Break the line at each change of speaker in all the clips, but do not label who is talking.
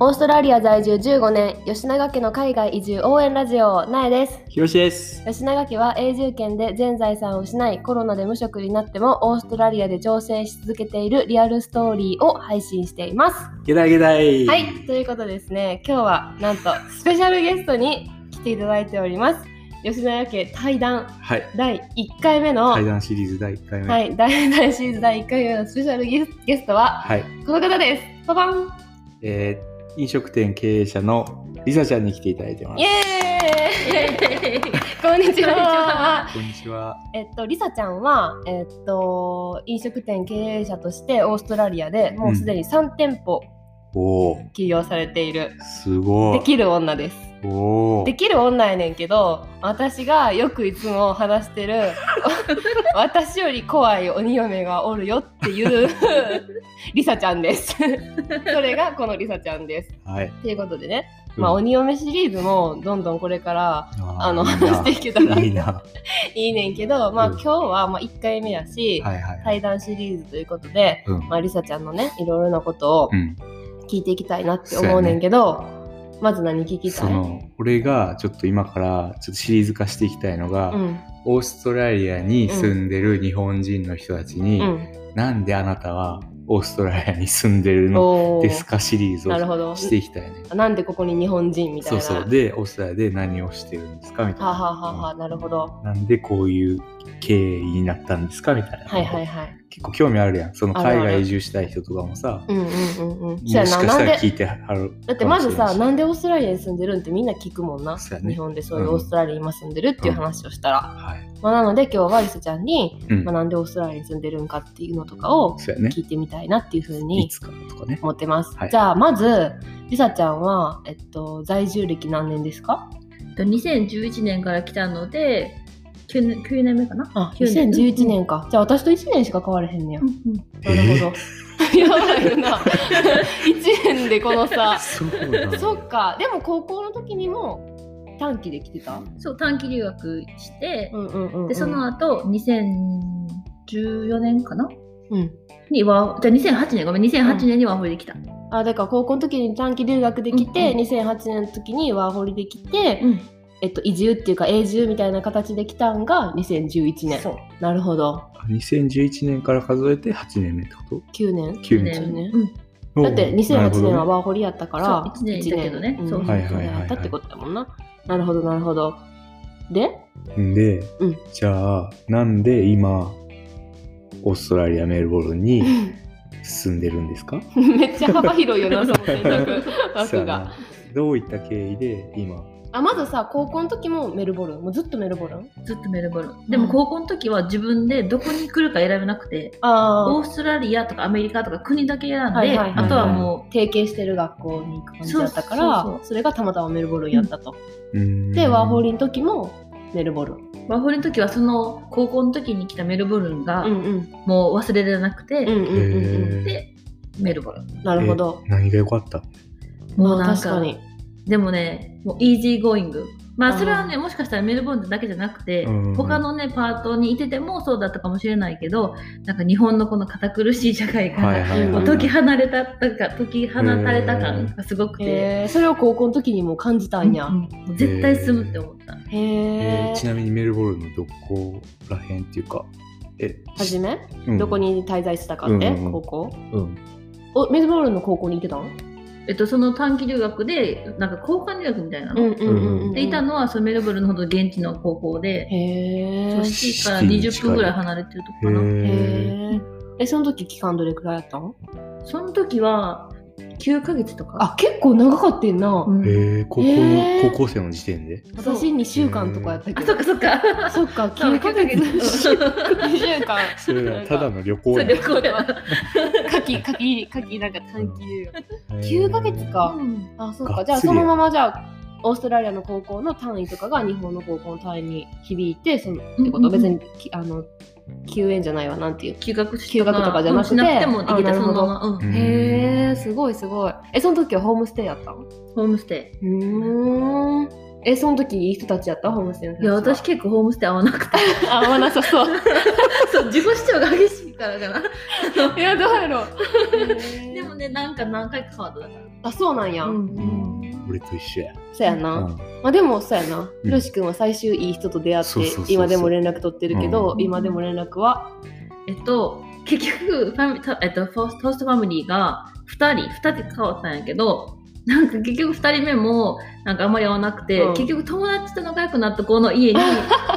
オーストラリア在住15年、吉永家の海外移住応援ラジオ、なえです。
ひろしです。
吉永家は永住権で全財産を失い、コロナで無職になってもオーストラリアで挑戦し続けているリアルストーリーを配信しています。
ゲダゲダイ。
はい、ということでですね、今日はなんとスペシャルゲストに来ていただいております。吉永家対談
はい。
第1回目の、は
対
い、
談シリーズ第1回目。
第第シーズン第1回目のスペシャルゲスゲストは、
はい。
この方です。パパン
えー飲食店経営者のりさちゃんに来ていただいてま
イ
す。
エーイ こんにちは。
こんにちは。
えっと、リサちゃんは、えっと、飲食店経営者としてオーストラリアでもうすでに3店舗
おお、
起業されている、
すごい。
できる女です。
おお
で。きる女やねんけど私がよくいつも話してる 私より怖い鬼嫁がおるよって いうリサちゃんですそれがこのリサちゃんです
はい。
ということでね、まあ、鬼嫁シリーズもどんどんこれから
あ
あの
ーいい
話
な
していけたら
い
い
いな。は
はいねんけど、まあ、
うん
今日はまあ1回目やし、
いはいはい。
対談シリーズということで、
うん
まあ、リサちゃんのねいろいろなことを
うん。
聞いていきたいなって思うねんけど、まず何聞きた
そ
い
の俺がちょっと今からちょっとシリーズ化していきたいのが、
うん
オーストラリアに住んでる日本人の人たちに、
うん、
なんであなたはオーストラリアに住んでる
お
の
ー
ですかシリーズ
なる
を
ほど
していきたいね。
なんでここに日本人みたい
そう
な。
そう。で、オーストラリアで何をしてるんですかみたいな。
はあはあはあはあなるほど。
なんでこういう経営になったんですかみたいな。
はいはいはい。
結構興味あるやん。その
ある
海
ある
外移住したい人とかもさ、
うんうんうんうん。
も
そ
し
うや
か
な
した
なん
ら聞
で
いてはる。
だってまずさ、なん
で
でオーストラリアに住んでるんってみんな聞くもんな。
そうやね
日本でそういうオーストラリアに今住んでるっていう話をしたら。
はい。
まあ、なので今日はリサちゃんに、
うん
まあ、なんでオーストラリアに住んでるんかっていうのとかを
そうやね。
聞いてみたいなっていうふう
い
に
つかとかね。
思ってます。
はい
じゃあまず、リサちゃんは、えっと、在住歴何年ですか
えっと2011年から来たので 9, 年9年目かな
あ、
9年
2011年か。じゃあ私と1年しか変わらへんねや
う。んうん
なる ほど。やばいな。1年でこのさ。
そうなん だ
そっか。でも高校の時にも短期で来てた。
そう短期留学して、
んうんう
でその、後2014年かな
うん。
にはじゃあ2008年ごめん2008年にワーホリで来た、
あ、だから高校の時に短期留学できて、
うんう
2008年の時にワーホリできて、
うん
えっと、移住っていうか永住みたいな形で来たんが2011年。
そう
なるほど。
2011年から数えて8年目ってこと
9年
?9
年
年。
ね
うん、
だって2008年は
は
ワーホリやったから、
そう一年だけどね
一年
そう
うん
はい
はいはいはい
やったってことだもんな。なるほど、なるほど。で、
で、
うん
じゃあなんで今オーストラリアメルボルン に住んでるんですか
めっちゃ幅広いよ な、その選択
そうや
枠が
な。どういった経緯で今
あまずさ高校の時もメルボルンもうずっとメルボルン
ずっとメルボルンでも高校の時は自分でどこに来るか選べなくて
あ
オーストラリアとかアメリカとか国だけ選んで、
はいはいはいはい
あとはも
提携してる学校に行く感じだったからそ
そうそうそう
れがたまたまメルボルンやったと、で
で
ワーホリの時もメルボルン
うワーホリの時はその高校の時に来たメルボルンが
うんうん
もう忘れられなくて、
うんうんうん
へー
でメルボルン
なるほど
何が良かった
もう
あ
なん
確
か
かに
でもね、もうイージーゴーイング。ま
あー
あそれはね、もしかしたらメルボルンだけじゃなくて、
うん
他のね、パートにいててもそうだったかもしれないけど、なんか日本のこの堅苦しい社会から、
うん
もう
時
解き放れた、なんか解き放たれた感がすごくて、
へえそれを高校の時にもう感じたんや、
うんもう絶対住むって思った。
へ
え
え
ーちなみにメルボルンのどこら辺っていうかえ
初め、
うん
どこに滞在してたかって、
うんうんうん
高校
うん
おメルボルンの高校に行ってたの
えっと、その短期留学で、なんか交換留学みたいなの。
うんうんうん
で、いたのはそのメルボルンのほど現地の高校で、
へえ
そうシティから20分ぐらい離れてるとこかな。
へ
へえ
ええその時期間どれくらいやったの
その時は9ヶ月とか。
あ結構長かってんな、
うん
高校
へー
の高校生の時点で
私2週間とかやった
あ
けど
そっ、かそっか。
そっか
そう
9ヶ月
9ヶ月
2週間
それはただの旅行
そう
やん
旅行や。
夏季夏季夏季なんか短期留学
へー
9ヶ月か
うん
あそっ
が
か
っつりや
じゃあそのままじゃあオーストラリアの高校の単位とかが日本の高校の単位に響いてそのってこと、
うんうん
別にきあの休園じゃないわなんていう
休学
休学とかじゃなくて
うんしなくてもでき
あ
た
なる
そ
ほど
のまま、うん
うん
へえすごいすごいえその時はホームステイやったのう
ホームステ
ーんえその時いい人たちやったホームステイの
イいや私結構ホームステイ合わなくて
あ合わなさそう
そう自己主張が激しいからかな。
いやどうやろう
でもね、なんか何回か変わっただか
あそうなんや、
ら。うん
俺と一緒や。
そうや
う
な、
ん
まあでもそうやな
うん
ひろしくんは最終いい人と出会って
そうそうそうそう
今でも連絡取ってるけど、
うん
今でも連絡は
えっと、結局ファミたえっと、フォーストーストファミリーが2人、2人変わったんやけど、なんか結局2人目もなんかあんまり合わなくて、
うん
結局友達と仲良くなった子の 家に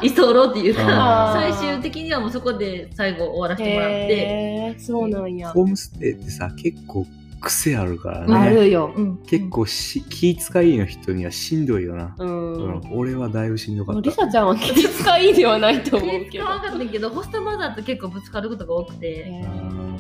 居候っていうか、
あー
最終的にはもうそこで最後終わらせてもらって、
へえそうなんや
ホームステイってさ、結構癖あるからね。
あるよ、
うん
結構し気遣いの人にはしんどいよな。
うん
うん俺はだいぶしんどか
もう
っ
リ
た。
サちゃんは気遣いではないと思う
気
け
使
ど
わなかったけど、ホストマザーと結構ぶつかることが多く
へ
て、
え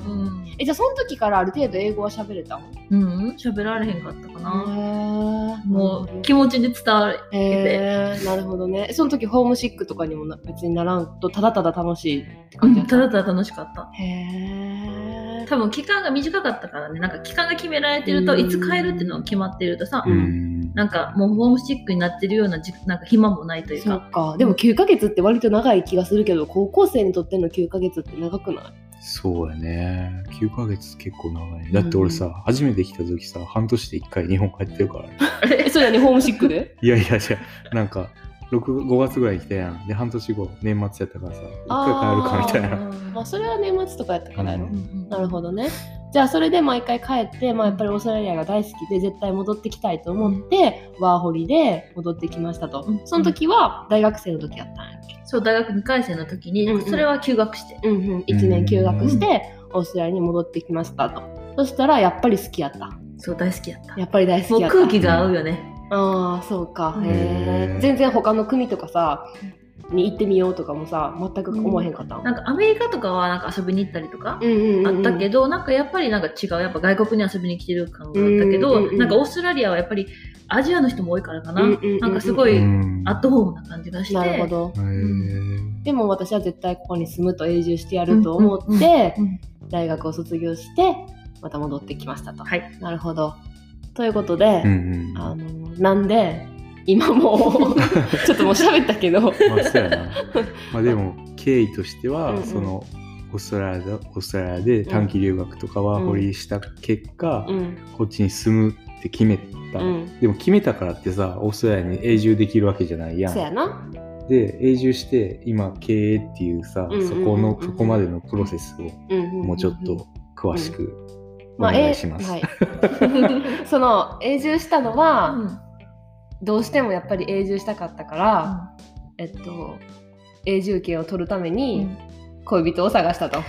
うん、
えじゃあその時からある程度英語は喋れたの
うん、喋られへんかったかな。
へえ
もう気持ちで伝わる。
へえなるほどねその時ホームシックとかにもな別にならんとただただ楽しいって
う
感じ
ん、
やった
ただただ楽しかった。
へえ
多分期間が短かったからね、なんか期間が決められてると、
うん
いつ帰るっていうのが決まってるとさ、
うん。
なんかもうホームシックになってるようなじなんか暇もないという
そ
か
うかでも9ヶ月って割と長い気がするけど高校生にとっての9ヶ月って長くない
そうやね。9ヶ月結構長いね。だって俺さ、初めて来た時さ、半年で1回日本帰ってるから。
えそれにホームシックで
いやいやいや、なんか、6 5月ぐらいに来たやん。で、半年後、年末やったからさ、1回帰るかみたいな。
まあそれは年末とかやったからやろ、
う
なるほ
ど
どねじゃあそれで毎回帰って、まあ、やっぱりオーストラリアが大好きで絶対戻ってきたいと思って、ワーホリで戻ってきましたと、
うん
その時は大学生の時やったんやっけ、
そう大学2回生の時に、
うんうん
それは休学して
うんうん、1年休学してオーストラリアに戻ってきましたとそしたらやっぱり好きやった
そう大好きやった
やっぱり大好
も
き
う
やった
空気が合うよね、
ああそうか
うん
へ
へ
え
ー
全然他の国とかさに行ってみようとかもさ全く思えへんかった
なんかアメリカとかはなんか遊びに行ったりとか、
うんうんうん
あ
うん
ったけど、なんかやっぱりなんか違うやっぱ外国に遊びに来てる感があったけど、
うんうんうん
なんかオーストラリアはやっぱりアジアの人も多いからかな、
うんうんうんうん
なんかすごい
うん
アットホームな感じがして
なるほど
へー
でも私は絶対ここに住むと永住してやると思って
うん
大学を卒業してまた戻ってきましたと
はい
なるほどということで
うんうん。ま
あのなんで今も うちょっともう喋ったけど
あ、そう やな。まあでも、経緯としては、
うんうん
その、オーストラリアオーストラリアで短期留学とかは
うん
掘りした結果、
うん
こっちに住むって決めた、
うん
でも決めたからってさオーストラリアに永住できるわけじゃないやん
そうやな
で永住して今経営っていうさ、
うんうんうんうん
そこのそこまでのプロセスを
うんうんうんうん
もうちょっと詳しくお
まあ
願
え
いします。
はい その永住したのは、どうしてもやっぱり永住したかったから、えっと永住権を取るために恋人を探したと、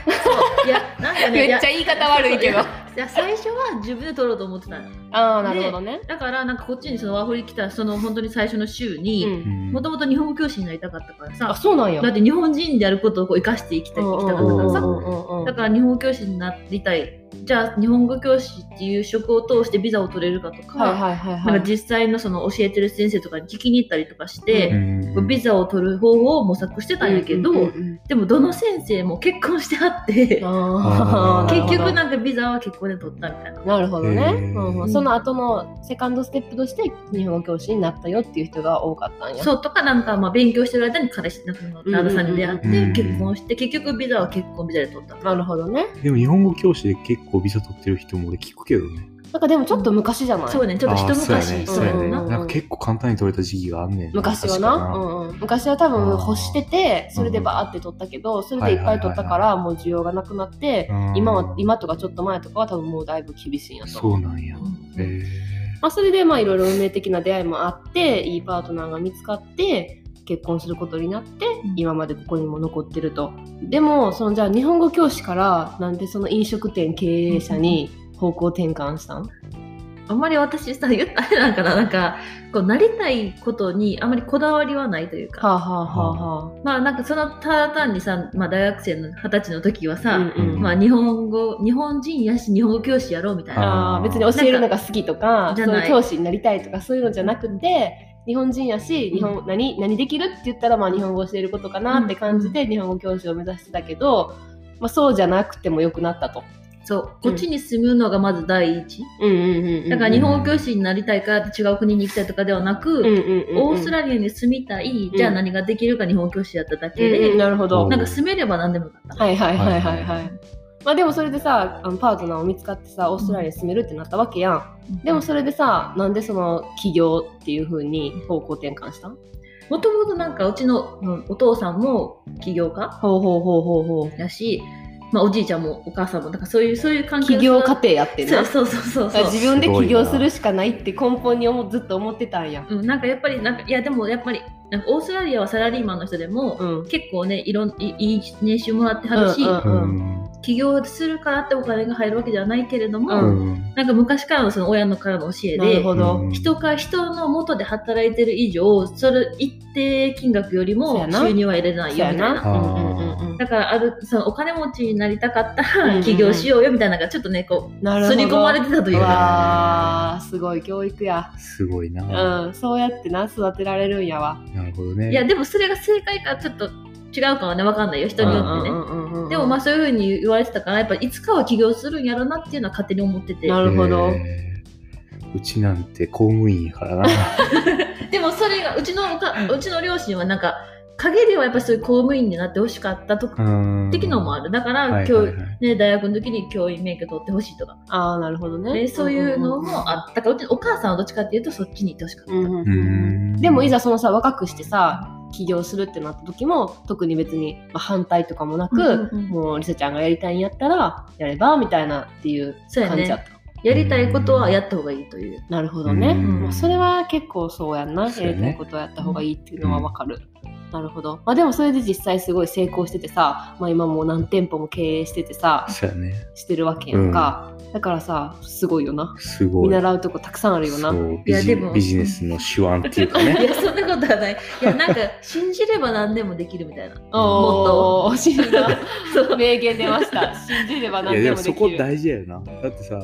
いやなんかね
めっちゃ言い方悪いけど
やや最初は自分で取ろうと思ってたの
ああなるほどね
だからなんかこっちにそのワーホリ来たその本当に最初の週
う
に
ん
もともと日本語教師になりたかったから
あ
さ
そうなんや
だって日本人でやることをこう生かして生きてきた
うんうんう
かっ
ん
た
う
からさ
んうんうん
だから日本語教師になりたいじゃあ日本語教師っていう職を通してビザを取れるかとか,、
はいはいはいは
ないんか実際のその教えてる先生とかに聞きに行ったりとかして、
うん
ビザを取る方法を模索してたんやけど、
うんうんうん
でもどの先生も結婚して あって
あ
あ
ー
ー
結局
なる
なんかビザは結婚で取ったみたいな。
ほどなるほどね、
へー
うんうんその後のセカンドステップとして日本語教師になったよっていう人が多かったんや
そうとかなんかまあ勉強してる間に彼氏なんか
うん
旦那さんに出
う
会っ
ん
て結婚して結局ビザは結婚ビザで取った。
なるほどね
でも日本語教師で結構ビザ取ってる人も俺聞くけどね。
なんかでもちょっと昔じゃない、
そうねちょっと
あー
一
そうや
昔
ね。
そ
そう
う
や
や
ね。
な
うん
なんか結構簡単に取れた時期があんねんな。
昔は
確
な、
か
うんうん、昔は多分欲してて
ー
それでバーって取ったけどそれでいっぱい取ったか
は
らもう需要がなくなって
うん
今は今とかちょっと前とかは多分もうだいぶ厳しいなと
そうなんや。
うん
へー
まあ、それでまあいろいろ運命的な出会いもあっていいパートナーが見つかって結婚することになって
うん
今までここにも残ってるとでもそのじゃあ日本語教師からなんでその飲食店経営者に方向転換したん
あんまり私さ言ったあれなんかななんかこうなりたいことにあんまりこだわりはないという
は
か
あ、はあは
まあなんかそのただ単にさ、まあ、大学生の二十歳の時
あ
は
はあ、
さ、
うんうん
まあ日本語日本人やし日本語教師やろうみたいな。
あー別に教えるのが好きとか
なんかじゃ
そう
ない
いう教師になりたいとかそういうのじゃなくて日本人やし日本、何何できるって言ったらまあ日本語を教えることかなって感じで日本語教師を目指してたけど、まあ、そうじゃなくてもよくなったと。
そうこっちに住むのがまず第一。
うんうんうんうん
だから日本語教師になりたいからって違う国に行きたいとかではなく、
うんうんうんうん
オーストラリアに住みたい、
うん
じゃあ何ができるか日本教師やっただけ
うん
で、
うんなるほど。
うん
なんか住めれば何でもよかった。
はいはいはいはいはい。まあでもそれでさあのパートナーを見つかってさオーストラリアに住めるってなったわけやんでもそれでさなんでその起業っていう風に方向転換したん
もともとなんかうちのうんお父さんも起業家
ほうほうほうほうほ
だし、まあ、おじいちゃんもお母さんもなんかそういうそういう関係
起業家庭やってんな
そうそうそうそう
だから
そう
自分で起業するしかないって根本に思ずっと思ってたんや
うん、なんかやっぱりなんかいやでもやっぱりなんかオーストラリアはサラリーマンの人でも、
うん
結構ねいろんいいい年収もらってはるし、
うんうん
うん
起業するからってお金が入るわけではないけれども、
う
うん
なんか昔からのその親のからの教え
なる
で
ほど、
うん
人か人の元で働いてる以上それ一定金額より
そうや
も
な
収入は得れない
そう
よ
や
みたい
な
な。
うんうんうんうん
だからあるそのお金持ちになりたかった
うんうんう
ら
ん
起業しようよみたいなのがちょっとねこ
な
う
るほ
刷
ど
り込まれてたというか
わあすごい教育や
すごいな、
うんそうやってな育てられるんやわ
なるほどね
いやでもそれが正解かちょっと違うかはね分かんないよ人によ
う
っ
ん
てね
ね
でもまあそういうふうに言われてたからやっぱいつかは起業するんやろなっていうのは勝手に思ってて
なるほど
えーうちなんて公務員やからな
でもそれがうちのおかうちの両親はなんか陰ではやっぱそういう公務員になってほしかったとか
うん
的のもあるだか
はいは
ら
い
教
は
育
い
ね、大学の時に教員免許取ってほしいとか、
ああなるほどね
でそういうのも
あ
あったからうちのお母さんはどっちかっていうとそっちに行ってほしかった、
うん
でもいざそのさ若くしてさ起業するってなった時も特に別にまあ反対とかもなく、
うんうんうん
もうりさちゃんがやりたいんやったらやればみたいなっていう
そうや
感じだっ
ね
た、
やりたいことはやった方がいいという、
なるほどね、
うん
まあ、それは結構そうやんな、
そう
や
や
り
ね
たいことをやった方がいいっていうのはわかる、なるほど、まあ、でもそれで実際すごい成功しててさ、まあ、今もう何店舗も経営しててさ
そうやね
してるわけやんか、だからさすごいよな
すご
見
い
習うとこたくさんあるよな
そう
い
ビ
や
ジ
でも
ビジネスの手腕ってい うか
い
ね
やそんなことはないいやなんか信じれば何でもできるみたいな
お ー信じた
そう
名言出ました信じれば
いや
何
で
で
も
もで
そ
き
こ
る
大事やよなだってさあ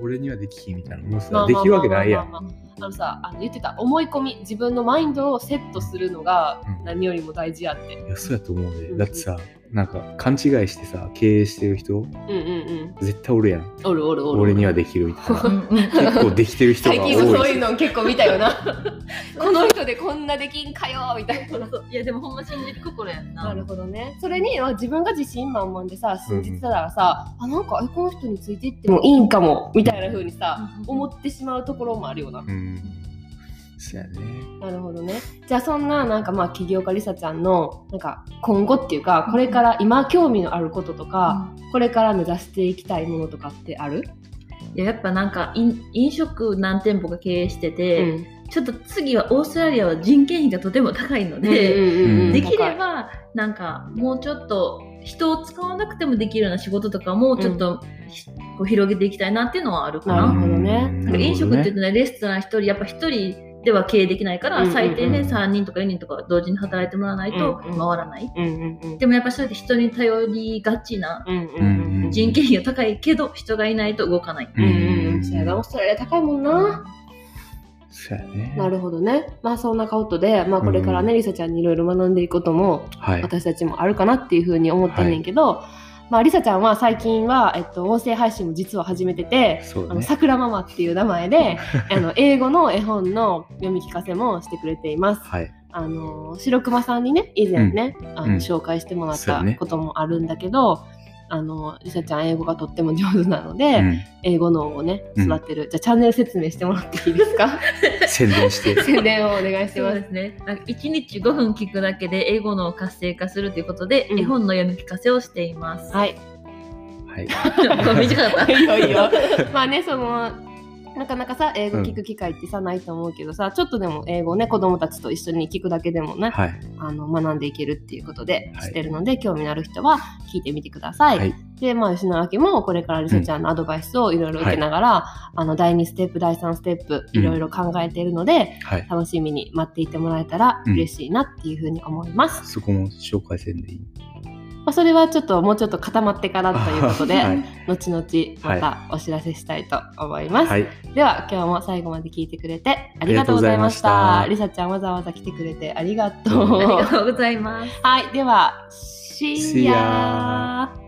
俺にはできひんみたいなもうさ、
まあまあまあまあ
できるわけないやん
まあまあまああのさあの言ってた思い込み自分のマインドをセットするのが
うん
何よりも大事やって、
いやそうやと思うね、
うん
だってさなんか勘違いしてさ経営してる人
うん、うんうん
絶対おるやん
おるおるおる
俺にはできるみたいな
うんうん
結構できてる人
最
が多い
近もそういうの結構見たよなこの人でこんなできんかよみたいな
そういやでもほんま信じる心やんな
なるほどねそれにまあ自分が自信満々でさ信じてたらさ、あなんかえこの人についていってもいいんかもみたいな風にさ、
うんうん
思ってしまうところもあるよな、
うんそうやね
なるほどねじゃあそんななんかまあ起業家りさちゃんのなんか今後っていうかこれから今興味のあることとか、これから目指していきたいものとかってある、
いややっぱなんか飲飲食何店舗か経営してて、ちょっと次はオーストラリアは人件費がとても高いので、
うん
できればなんかもうちょっと人を使わなくてもできるような仕事とかもちょっと、ひこう広げていきたいなっていうのはあるか
なるほ
な。
どね
うん
なんか飲食ってい
なる
うとねレストラン一人やっぱ一人では経営できないから、
うんうんうん
最低ね3人とか4人とか同時に働いてもらわないと
うんうん
回らない。
うんうんうん
でもやっぱそうやって人に頼りがちな
うんうんうん
うん
人件費が高いけど人がいないと動かない。
う
ほ
ん
どね
うんうんそうやなオーストラリア高いもんな
そうやね
なるほどねまあそんなことで、まあ、これからねりさちゃんにいろいろ学んでいくことも
はい
私たちもあるかなっていうふうに思ってんねんけど、まありさちゃんは最近は、えっと、音声配信も実は始めてて
そう
あ
だ
の
ね
桜ママっていう名前 であの英語の絵本の読み聞かせもしてくれています。
はい
あの白熊さんにね以前ね、あ
うん
の紹介してもらっ
そう
た
やね
こともあるんだけど、あのりさちゃん英語がとっても上手なので、
うん
英語脳をね
うん
育てる、じゃあチャンネル説明してもらっていいです か
宣伝して
宣伝をお願いし
そう
ます
で。すね。なんか1日5分聞くだけで英語の活性化するということで、
うん
絵本の読み聞かせをしています。
はい、
はい
これ短かった。
いいよいい よ。まあねそのなかなかさ英語聞く機会ってさ、ないと思うけどさちょっとでも英語をね子供たちと一緒に聞くだけでもね、
はい
あの学んでいけるっていうことで
はい
してるので、興味のある人は聞いてみてください。
はい
でまあ吉野明もこれからりさちゃんのアドバイスをいろいろ受けながら、あの第2ステップ第3ステップ
うん
いろいろ考えているので、
はい
楽しみに待っていてもらえたら
うん
嬉しいなっていうふうに思います。
そこも紹介せんでいい
まあ、それはちょっともうちょっと固まってからという ことで、
はい
後々またお知らせしたいと思います。
はい
では今日も最後まで聞いてくれてありがとうございました。
あり
りさちゃんわざわざ来てくれてありが
あり
とう
が。とうございます。
はい、では、シ
See
ーヤー。